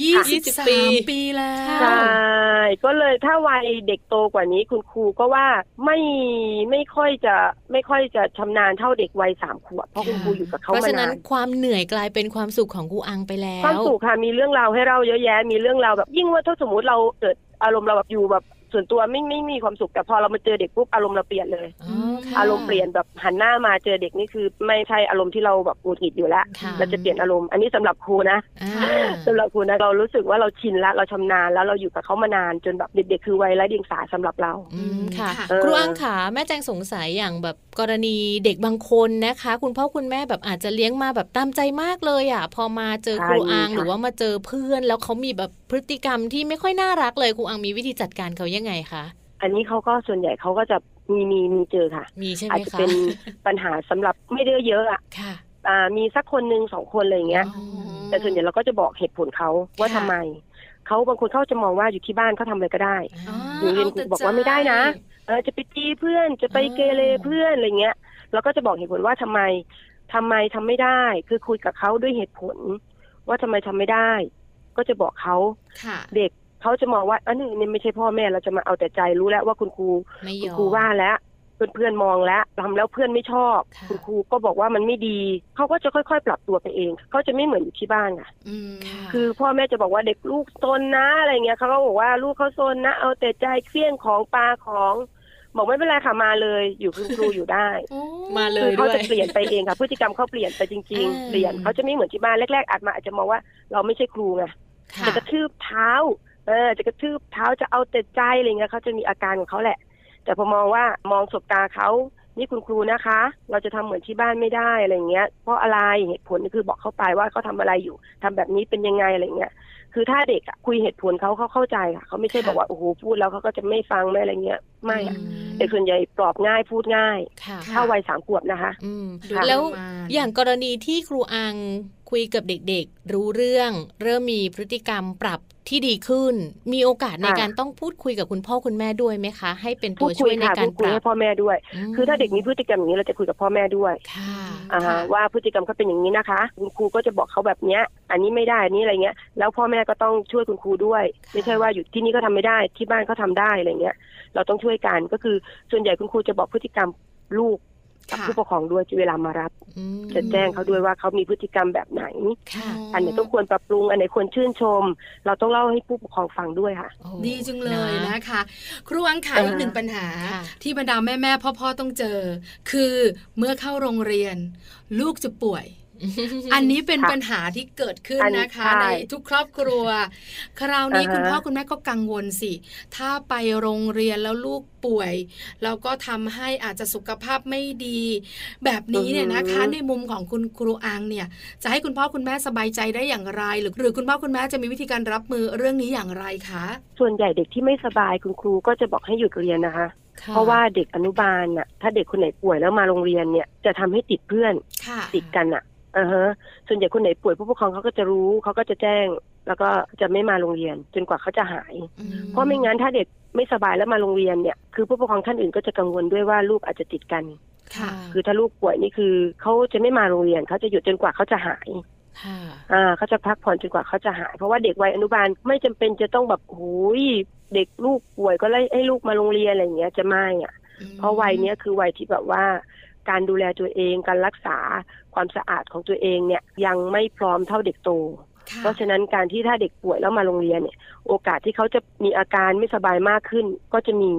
Speaker 3: ยี่สิบสา
Speaker 2: ปี
Speaker 3: มปีแล้ว
Speaker 4: ใช่ก็เลยถ้าวัยเด็กโตกว่านี้คุณครูก็ว่าไม่ไม่ค่อยจะไม่ค่อยจะชำนาญเท่าเด็กวัยสามขวบเพราะคุณครูอยู่กับเขา
Speaker 2: เพราะ
Speaker 4: มา
Speaker 2: ฉะนั้น
Speaker 4: าน น
Speaker 2: ความเหนื่อยกลายเป็นความสุขของครูอังไปแล้
Speaker 4: ความ
Speaker 2: ว
Speaker 4: สุขค่ะมีเรื่องราวให้เราเยอะแยะ มีเรื่องราวแบบ ยิ่งว่าถ้าสมมติเราเกิดอารมณ์เราแบบอยู่แบบส่วนตัวไม่ไม่มีความสุขแต่พอเรามาเจอเด็กปุ๊บอารมณ์เราเปลี่ยนเลย
Speaker 2: อ๋อค่ะ
Speaker 4: อารมณ์เปลี่ยนแบบหันหน้ามาเจอเด็กนี่คือ ไม่ใช่อารมณ์ที่เราแบบหงุดหงิดอยู่แล้ว
Speaker 2: ค่ะ
Speaker 4: เราจะเปลี่ยนอารมณ์อันนี้สำหรับครูนะ
Speaker 2: อ่า
Speaker 4: สำหรับครูนะเรารู้สึกว่าเราชินละเราชำนาญแล้วเราอยู่กับเขามานานจนแบบเด็กๆคือวัยไร้เดียงสาสำหรับเรา
Speaker 2: อืมค่ะ
Speaker 3: ค่ะ
Speaker 4: เออ
Speaker 2: ครูอังขาแม่แจงสงสัยอย่างแบบกรณีเด็กบางคนนะคะ คุณพ่อคุณแม่แบบอาจจะเลี้ยงมาแบบตามใจมากเลยอ่ะ พอมาเจอครูอัง
Speaker 4: ใช่ค่ะ
Speaker 2: หรือว่ามาเจอเพื่อน แล้วเขามีแบบพฤติกรรมที่ไม่ค่อยน่ารักเลยครูอังมีวิธีจัดการเขายังไงคะ
Speaker 4: อันนี้เขาก็ส่วนใหญ่เขาก็จะมีมีมีเจอค่ะ
Speaker 2: มีใช่ไห
Speaker 4: อาจ
Speaker 2: ม
Speaker 4: จะ
Speaker 2: คะ
Speaker 4: เป็นปัญหาสำหรับไม่ได้เยอะอะ
Speaker 2: ค่ะ
Speaker 4: อ่ามีสักคนหนึ่งสองคนอะไรอย่างเงี้ย
Speaker 2: อ๋อ
Speaker 4: แต่ส่วนใหญ่เราก็จะบอกเหตุผลเขาว่าทำไมเขาบางคนเขาจะมองว่าอยู่ที่บ้านเขาทำอะไรก็ได้
Speaker 3: อ๋อ
Speaker 4: หนูเรียนครูบอกว่าไม่ได้นะ เออจะไปตีเพื่อนจะไปเกเรเพื่อนอะไรเงี้ยเราก็จะบอกเหตุผลว่าทำไมทำไมทำไม่ได้ คือคุยกับเขาด้วยเหตุผล ว่าทำไมทำไม่ได้ ก็จะบอกเขา
Speaker 3: ค่ะ
Speaker 4: เด็กเขาจะมองว่าอันนี้นี่ไม่ใช่พ่อแม่เราจะมาเอาแต่ใจรู้แล้วว่าคุณครู
Speaker 2: ไม่
Speaker 4: คุ
Speaker 2: ย
Speaker 4: ณ
Speaker 2: อม
Speaker 4: ครูว่าแล้ว เพื่อนเพื่อนๆมองแล้วทำแล้วเพื่อนไม่ชอบ
Speaker 2: ค่ะ
Speaker 4: คุณครูก็บอกว่ามันไม่ดีเขาก็จะค่อยๆ ปรับตัวไปเองเขาจะไม่เหมือนอยู่ที่บ้านค่ะ
Speaker 3: อืม
Speaker 2: ค่ะ
Speaker 4: คือพ่อแม่จะบอกว่าเด็กลูกซนนะอะไรเงี้ยเขาก็บอกว่าลูกเขาซนนะ เอาแต่ใจเคลี้ยงของปลาของ บอกไม่เป็นไรค่ะมาเลย อยู่คุณครูอยู่ได้
Speaker 2: มา เล
Speaker 4: คื
Speaker 2: ย
Speaker 4: อเขา
Speaker 2: ด้วย
Speaker 4: จะเปลี่ยนไปเองค่ะพฤติกรรมเขาเปลี่ยนไปจริง
Speaker 2: อ่า
Speaker 4: ๆ เปลี่ยนเขาจะไม่เหมือนที่บ้านแรกๆอาจมาอาจจะมองว่าเราไม่ใช่ครูไง
Speaker 2: ค่ะ
Speaker 4: จะกระทืบเท้าเออจะกระทืบเท้าจะเอาแต่ใจอะไรเงี้ยเขาจะมีอาการของเขาแหละ แต่พอมองว่ามองสบตาเขานี่คุณครูนะคะ เราจะทำเหมือนที่บ้านไม่ได้อะไรเงี้ย เพราะอะไรเหตุผลคือบอกเขาไปว่าเขาทำอะไรอยู่ทำแบบนี้เป็นยังไงอะไรเงี้ย คือถ้าเด็กอะคุยเหตุผลเขาเขาเข้าใจค่ะเขาไม่ใช่บอกว่าโอ้โหพูดแล้วเขาก็จะไม่ฟังไม่อะไรเงี้ยไม่อะ
Speaker 2: อืม
Speaker 4: เด็กส่วนใหญ่ปลอบง่ายพูดง่าย
Speaker 2: ค่ะ
Speaker 3: ค่ะ
Speaker 4: ถ้าวัยสามขวบนะคะ
Speaker 2: อืม
Speaker 3: ดูประมาณ
Speaker 2: แล้วอย่างกรณีที่ครูอังคุยกับเด็กๆ รู้เรื่อง เริ่มมีพฤติกรรมปรับที่ดีขึ้น มีโอกาสใน
Speaker 4: ค่ะ
Speaker 2: การต้องพูดคุยกับคุณพ่อคุณแม่ด้วยไหมคะ ให้เป็น
Speaker 4: พู
Speaker 2: ตัว
Speaker 4: ด
Speaker 2: ช่
Speaker 4: คุ
Speaker 2: วย ยใน
Speaker 4: ค่ะ
Speaker 2: กา
Speaker 4: พู
Speaker 2: ร
Speaker 4: ด
Speaker 2: ป
Speaker 4: คุย
Speaker 2: รั
Speaker 4: ให้
Speaker 2: บ
Speaker 4: พ่อแม่ด้วย
Speaker 2: ม
Speaker 4: คือถ้าเด็กมีพฤติกรรมอย่างนี้เราจะคุยกับพ่อแม่ด้วย
Speaker 2: ค่ะ
Speaker 4: อ่าฮะ
Speaker 3: ค่ะ
Speaker 4: ว่าพฤติกรรมเขาเป็นอย่างนี้นะคะ คุณครูก็จะบอกเขาแบบเนี้ย อันนี้ไม่ได้อันนี้อะไรเงี้ยแล้วพ่อแม่ก็ต้องช่วยคุณครูด้วย
Speaker 2: ค่ะ
Speaker 4: ไม่ใช่ว่าอยู่ที่นี่ก็ทำไม่ได้ที่บ้านก็ทำได้อะไรเงี้ย เราต้องช่วยกันก็คือส่วนใหญ่คุณครูจะบอกพฤติกรรมลูกกับ
Speaker 3: ค่ะ
Speaker 4: ผู้ปกครองด้วยเวลามารับ
Speaker 2: อืม
Speaker 4: จะแจ้งเขาด้วยว่าเขามีพฤติกรรมแบบไหน
Speaker 2: ค่ะ
Speaker 4: อันไหนต้องควรปรับปรุงอันไหนควรชื่นชม เราต้องเล่าให้ผู้ปกครองฟังด้วยค่ะ
Speaker 2: โอ้
Speaker 3: ดีจังเลยนะคะ ครูอังขา
Speaker 4: เอออี
Speaker 3: อีกหนึ่งปัญหา
Speaker 2: ค่ะ
Speaker 3: ที่บรรดาแม่แม่พ่อพ่อๆต้องเจอ คือเมื่อเข้าโรงเรียน ลูกจะป่วย อันนี้เป็น
Speaker 4: ค่ะ
Speaker 3: ปัญหาที่เกิดขึ้น
Speaker 4: อันนี้
Speaker 3: นะคะ
Speaker 4: ใช่
Speaker 3: ในทุกครอบครัว คราวนี้
Speaker 4: อ่าฮะ
Speaker 3: คุณพ่อคุณแม่ก็กังวลสิ ถ้าไปโรงเรียนแล้วลูกป่วย แล้วก็ทำให้อาจจะสุขภาพไม่ดี แบบนี้เนี่ยนะคะ ในมุมของคุณครูอังเนี่ย จะให้คุณพ่อคุณแม่สบายใจได้อย่างไร หรือหรือคุณพ่อคุณแม่จะมีวิธีการรับมือเรื่องนี้อย่างไรคะ
Speaker 4: ส่วนใหญ่เด็กที่ไม่สบายคุณครูก็จะบอกให้หยุดเรียนนะคะ
Speaker 2: ค่
Speaker 4: เพราะว่าเด็กอนุบาลน่ะ ถ้าเด็กคนไหนป่วยแล้วมาโรงเรียนเนี่ยจะทำให้ติดเพื่อน
Speaker 3: ค่ะ
Speaker 4: ติดกันอ่ะอ่าฮะส่วนใหญ่คนไหนป่วยผู้ปกครองเขาก็จะรู้เขาก็จะแจ้ง แล้วก็จะไม่มาโรงเรียนจนกว่าเขาจะหาย
Speaker 3: อืม
Speaker 4: เพราะไม่งั้นถ้าเด็กไม่สบายแล้วมาโรงเรียนเนี่ยคือผู้ปกครองท่านอื่นก็จะกังวลด้วยว่าลูกอาจจะติดกัน
Speaker 2: ค่ะ
Speaker 4: คือถ้าลูกป่วยนี่คือเขาจะไม่มาโรงเรียนเขาจะหยุดจนกว่าเขาจะหาย
Speaker 2: ค่ะ
Speaker 4: อ่าเขาจะพักผ่อนจนกว่าเขาจะหาย เพราะว่าเด็กวัยอนุบาลไม่จำเป็นจะต้องแบบโอ้ยเด็กลูกป่วยก็ไล่ให้ลูกมาโรงเรียนอะไรอย่างเงี้ยจะไม่อ่ะเพราะวัยเนี้ยคือวัยที่แบบว่า การดูแลตัวเองการรักษาความสะอาดของตัวเองเนี่ยยังไม่พร้อมเท่าเด็กโต
Speaker 3: ค่
Speaker 4: เพราะฉะนั้นการที่ถ้าเด็กป่วยแล้วมาโรงเรียนเนี่ยโอกาสที่เขาจะมีอาการไม่สบายมากขึ้นก็จะมี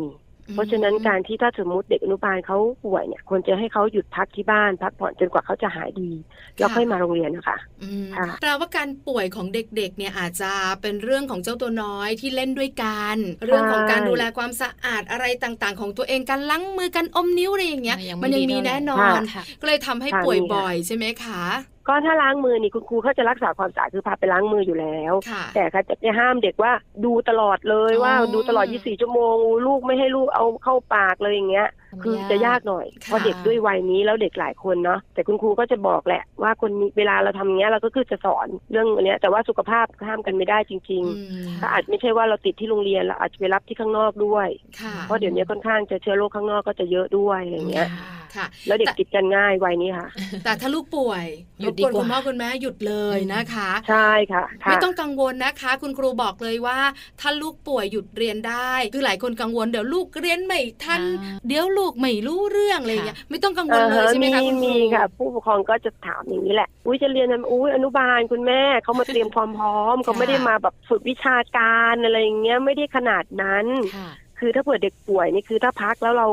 Speaker 4: เพราะฉะนั้นการที่ถ้าสมมติเด็กอนุบาลเขาป่วยเนี่ยควรจะให้เขาหยุดพักที่บ้าน พักผ่อนจนกว่าเขาจะหายดี แล้วค่อยมาโรงเรียนนะคะ
Speaker 3: อืม
Speaker 4: ค่ะ
Speaker 3: แปลว่าการป่วยของเด็กๆ เนี่ยอาจจะเป็นเรื่องของเจ้าตัวน้อยที่เล่นด้วยกัน เรื่องของการดูแลความสะอาดอะไรต่างๆ ของตัวเองการล้างมือการอมนิ้วอะไรอย่างเงี้ย มันยังมีแน่นอน
Speaker 2: ค่ะ
Speaker 3: ก็เลยทำให้
Speaker 4: ค่ะ
Speaker 3: ป่วยบ่อยใช่ไหมคะ
Speaker 4: ก็ถ้าล้างมือนี่คุณครูเขาจะรักษาความสะอาดคือพาไปล้างมืออยู่แล้ว
Speaker 3: ค่ะ
Speaker 4: แต่ค่ะจะไปห้ามเด็กว่าดูตลอดเลย
Speaker 3: อ๋อ
Speaker 4: ว่าดูตลอด 24 ชั่วโมง ลูกไม่ให้ลูกเอาเข้าปากเลยอย่างเงี้ย คือจะยากหน่อย
Speaker 3: ค่ะ
Speaker 4: เพราะเด็กด้วยวัยนี้แล้วเด็กหลายคนเนาะแต่คุณครูก็จะบอกแหละว่าคนนี้เวลาเราทำอย่างเงี้ยเราก็คือจะสอนเรื่องอันเนี้ยแต่ว่าสุขภาพห้ามกันไม่ได้จริง
Speaker 3: อืม
Speaker 4: ๆก็อาจไม่ใช่ว่าเราติดที่โรงเรียนเราอาจจะไปรับที่ข้างนอกด้วย
Speaker 3: ค่ะ
Speaker 4: เพราะเดี๋ยวนี้ค่อนข้างจะเชื้อโรคข้างนอกก็จะเยอะด้วยอะไรเงี้ย
Speaker 3: ค่ะ
Speaker 4: แล้วเด็ก
Speaker 3: แต่
Speaker 4: ติดกันง่ายวัยนี้ค่ะ
Speaker 3: แต่ถ้าลูกป่วย
Speaker 2: หยุด
Speaker 3: รบ
Speaker 2: ดี
Speaker 3: กวน
Speaker 2: กว่า
Speaker 3: คุณพ่อคุณแม่หยุดเลยนะคะ
Speaker 4: ใช่ค่ะค่ะ
Speaker 3: ไม่ต้องกังวลนะคะ คุณครูบอกเลยว่า ถ้าลูกป่วยหยุดเรียนได้ คือหลายคนกังวลเดี๋ยวลูกเรียนไม่ทัน
Speaker 2: อ่า
Speaker 3: เดี๋ยวลูกไม่รู้เรื่องอะไรอย่างเงี้ยไม่ต้องกังวลเลยใช่ไหมคะคุณครู
Speaker 4: มีค่ะ ผู้ปกครองก็จะถามอย่างนี้แหละ อุ้ยจะเรียนอะไรอุ้ยอนุบาลคุณแม่เขามาเตรียมความพร้อมเขาไม่ได้มาแบบฝึกวิชาการอะไรอย่างเงี้ยไม่ได้ขนาดนั้น
Speaker 2: ค่ะ
Speaker 4: คือถ้าเผื่อเด็กป่วยนี่คือถ้าพักแล้วเรา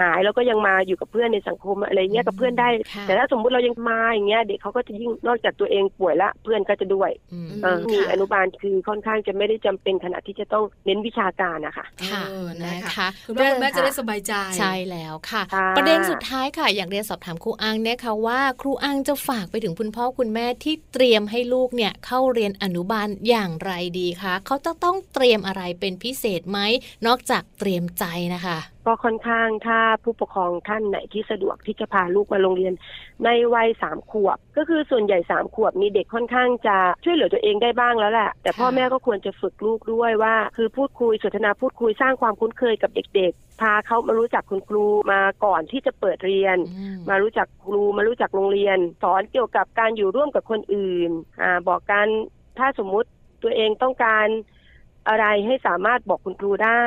Speaker 4: หายแล้วก็ยังมาอยู่กับเพื่อนในสังคมอะไรเงี้ยกับเพื่อนได้
Speaker 2: ค่ะ
Speaker 4: แต่ถ้าสมมุติเรายังมาอย่างเงี้ยเด็กเขาก็จะยิ่งนอกจากตัวเองป่วยละเพื่อนก็จะด้วย
Speaker 2: อืม
Speaker 4: เออมีอนุบาลคือค่อนข้างจะไม่ได้จำเป็นขนาดที่จะต้องเน้นวิชาการนะคะ
Speaker 2: ค่ะ
Speaker 3: เออนะคะ
Speaker 2: นะคะ
Speaker 3: คุณพ่อคุณแม่
Speaker 2: เริ่ม
Speaker 3: จะได้สบายใจ
Speaker 2: ใช่แล้วค่ะ
Speaker 4: ค่ะ
Speaker 2: ประเด็นสุดท้ายค่ะ อยากเรียนสอบถามครูอังนะคะว่าครูอังจะฝากไปถึงคุณพ่อคุณแม่ที่เตรียมให้ลูกเนี่ยเข้าเรียนอนุบาลอย่างไรดีคะเขาจะต้องเตรียมอะไรเป็นพิเศษไหมนอกจากเตรียมใจนะคะ
Speaker 4: ก็ค่อนข้างถ้าผู้ปกครองท่านไหนที่สะดวกที่จะพาลูกมาโรงเรียน ในวัยสามขวบ ก็คือส่วนใหญ่สามขวบนี่เด็กค่อนข้างจะช่วยเหลือตัวเองได้บ้างแล้วแหละแต่พ่อ
Speaker 2: ค่ะ
Speaker 4: แม่ก็ควรจะฝึกลูกด้วยว่า คือพูดคุยสนทนาพูดคุยสร้างความคุ้นเคยกับเด็ก ๆ พาเขามารู้จักคุณครูมาก่อนที่จะเปิดเรียน
Speaker 2: อืม
Speaker 4: มารู้จักครูมารู้จักโรงเรียน สอนเกี่ยวกับการอยู่ร่วมกับคนอื่นอ่าบอกการถ้าสมมุติตัวเองต้องการอะไรให้สามารถบอกคุณครูได้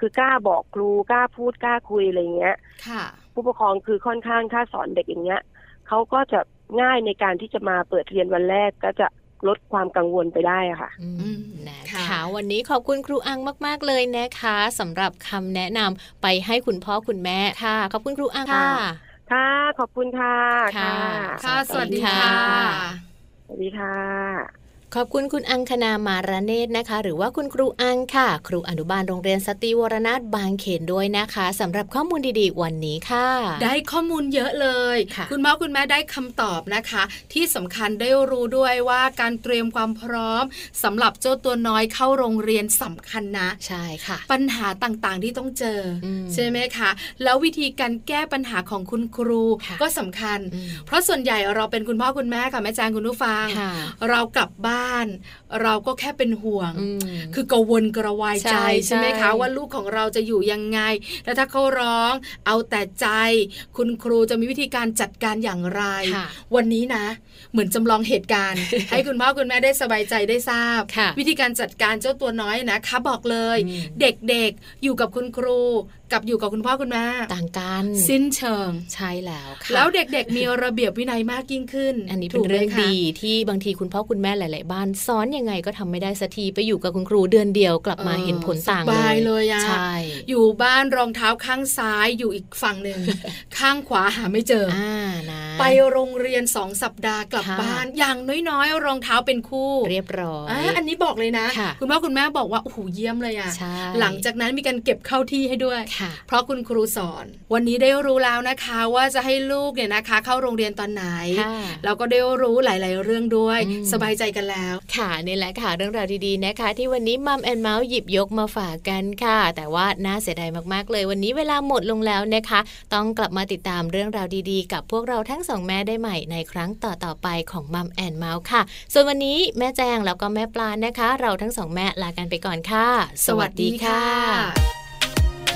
Speaker 4: คือกล้าบอกครูกล้าพูดกล้าคุยอะไรอย่างเงี้ย
Speaker 3: ค่ะ
Speaker 4: ผู้ปกครองคือค่อนข้างถ้าสอนเด็กอย่างเงี้ยเขาก็จะง่ายในการที่จะมาเปิดเรียนวันแรกก็จะลดความกังวลไปได้อะค่ะ
Speaker 2: อืม
Speaker 3: อืม
Speaker 2: นะคะ
Speaker 3: ค่ะ
Speaker 2: วันนี้ขอบคุณครูอังมาก ๆ เลยนะคะสำหรับคำแนะนำไปให้คุณพ่อคุณแม่ค่ะ ขอบคุณครูอังค่ะ
Speaker 4: ค่ะ ขอบคุณค่ะ
Speaker 2: ค่ะ
Speaker 3: ค่ะ สวัสดี
Speaker 2: สวัสดี
Speaker 3: ค่ะ
Speaker 2: ค่ะ
Speaker 4: สวัสดีค่ะ
Speaker 2: ขอบคุณคุณอังคณามาระเนตรนะคะ หรือว่าคุณครูอังค่ะ ครูอนุบาลโรงเรียนสตรีวรนาถบางเขนด้วยนะคะสำหรับข้อมูลดีๆ วันนี้ค่ะ
Speaker 3: ได้ข้อมูลเยอะเลย
Speaker 2: ค่ะ
Speaker 3: ณพ่อคุณแม่ได้คำตอบนะคะ ที่สำคัญได้รู้ด้วยว่าการเตรียมความพร้อมสำหรับเจ้าตัวน้อยเข้าโรงเรียนสำคัญนะ
Speaker 2: ใช่ค่ะ
Speaker 3: ปัญหาต่างๆที่ต้องเจออ
Speaker 2: ม
Speaker 3: ใช่ไหมคะ แล้ววิธีการแก้ปัญหาของคุณครู
Speaker 2: ค่ะ
Speaker 3: ก็สำคัญ
Speaker 2: อืม
Speaker 3: เพราะส่วนใหญ่เราเป็นคุณพ่อคุณแม่ค่ะแม่แจงคุณผู้ฟัง
Speaker 2: ค่ะ
Speaker 3: เรากลับบ้าน เราก็แค่เป็นห่วง
Speaker 2: อืม
Speaker 3: คือกังวลกระวายใจ
Speaker 2: ใช่
Speaker 3: ใช่ไหม
Speaker 2: ใช่
Speaker 3: คะว่าลูกของเราจะอยู่ยังไง แล้วถ้าเขาร้องเอาแต่ใจ คุณครูจะมีวิธีการจัดการอย่างไร
Speaker 2: ค่ะ
Speaker 3: วันนี้นะ เหมือนจำลองเหตุ การณ์ ให้คุณพ่อคุณแม่ได้สบายใจได้ทราบ
Speaker 2: ค่ะ
Speaker 3: วิธีการจัดการเจ้าตัวน้อยนะคะบอกเลย
Speaker 2: อืม
Speaker 3: เด็กๆอยู่กับคุณครู กับอยู่กับคุณพ่อคุณแม่
Speaker 2: ต่างกัน
Speaker 3: สิ้นเชิง
Speaker 2: ใช่แล้วค่ะ
Speaker 3: แล้วเด็กๆมีระเบียบวินัยมากยิ่งขึ้น
Speaker 2: อันนี้เป็
Speaker 3: ถู
Speaker 2: น
Speaker 3: กไหม
Speaker 2: เรื่อง
Speaker 3: คะ
Speaker 2: ดีที่บางทีคุณพ่อคุณแม่หลาย ๆ บ้านสอนยังไงก็ทำไม่ได้สักทีไปอยู่กับคุณครูเดือนเดียวกลับมาเห็นผลต่าง
Speaker 3: สบายเลยอะ
Speaker 2: ใช่
Speaker 3: อยู่บ้านรองเท้าข้างซ้ายอยู่อีกฝั่ง หนึ่ง ข้างขวาหาไม่เจออ
Speaker 2: อ่านะ
Speaker 3: ไปโรงเรียนสองสัปดาห์กลับ
Speaker 2: ค่ะ
Speaker 3: บ้านอย่างน้อยๆ รองเท้าเป็นคู่
Speaker 2: เรียบร้อย
Speaker 3: อ่ะอันนี้บอกเลยนะ
Speaker 2: ค่ะ
Speaker 3: ณพ่อคุณแม่บอกว่าโอ้โหเยี่ยมเลยอะ
Speaker 2: ใช่
Speaker 3: หลังจากนั้นมีการเก็บเข้าที่ให้ด้วย
Speaker 2: ค่ะ
Speaker 3: เพราะคุณครูสอน วันนี้ได้รู้แล้วนะคะว่าจะให้ลูกเนี่ยนะคะ เข้าโรงเรียนตอนไหน
Speaker 2: ค่ะ
Speaker 3: เราก็ได้รู้หลาย ๆ เรื่องด้วย
Speaker 2: อืม
Speaker 3: สบายใจกันแล้ว
Speaker 2: ค่ะนี่แหละค่ะเรื่องราวดี ๆ นะคะ ที่วันนี้มัมแอนเมาส์หยิบยกมาฝากกันค่ะ แต่ว่าน่าเสียดายมาก ๆ เลยวันนี้เวลาหมดลงแล้วนะคะ ต้องกลับมาติดตามเรื่องราวดี ๆ กับพวกเราทั้ง สองแม่ได้ใหม่ในครั้งต่อๆไปของมัมแอนเมาส์ค่ะ ส่วนวันนี้แม่แจงแล้วก็แม่ปลานะคะ เราทั้งสองแม่ลากันไปก่อนค่ะ
Speaker 3: สวัสดีค่ะ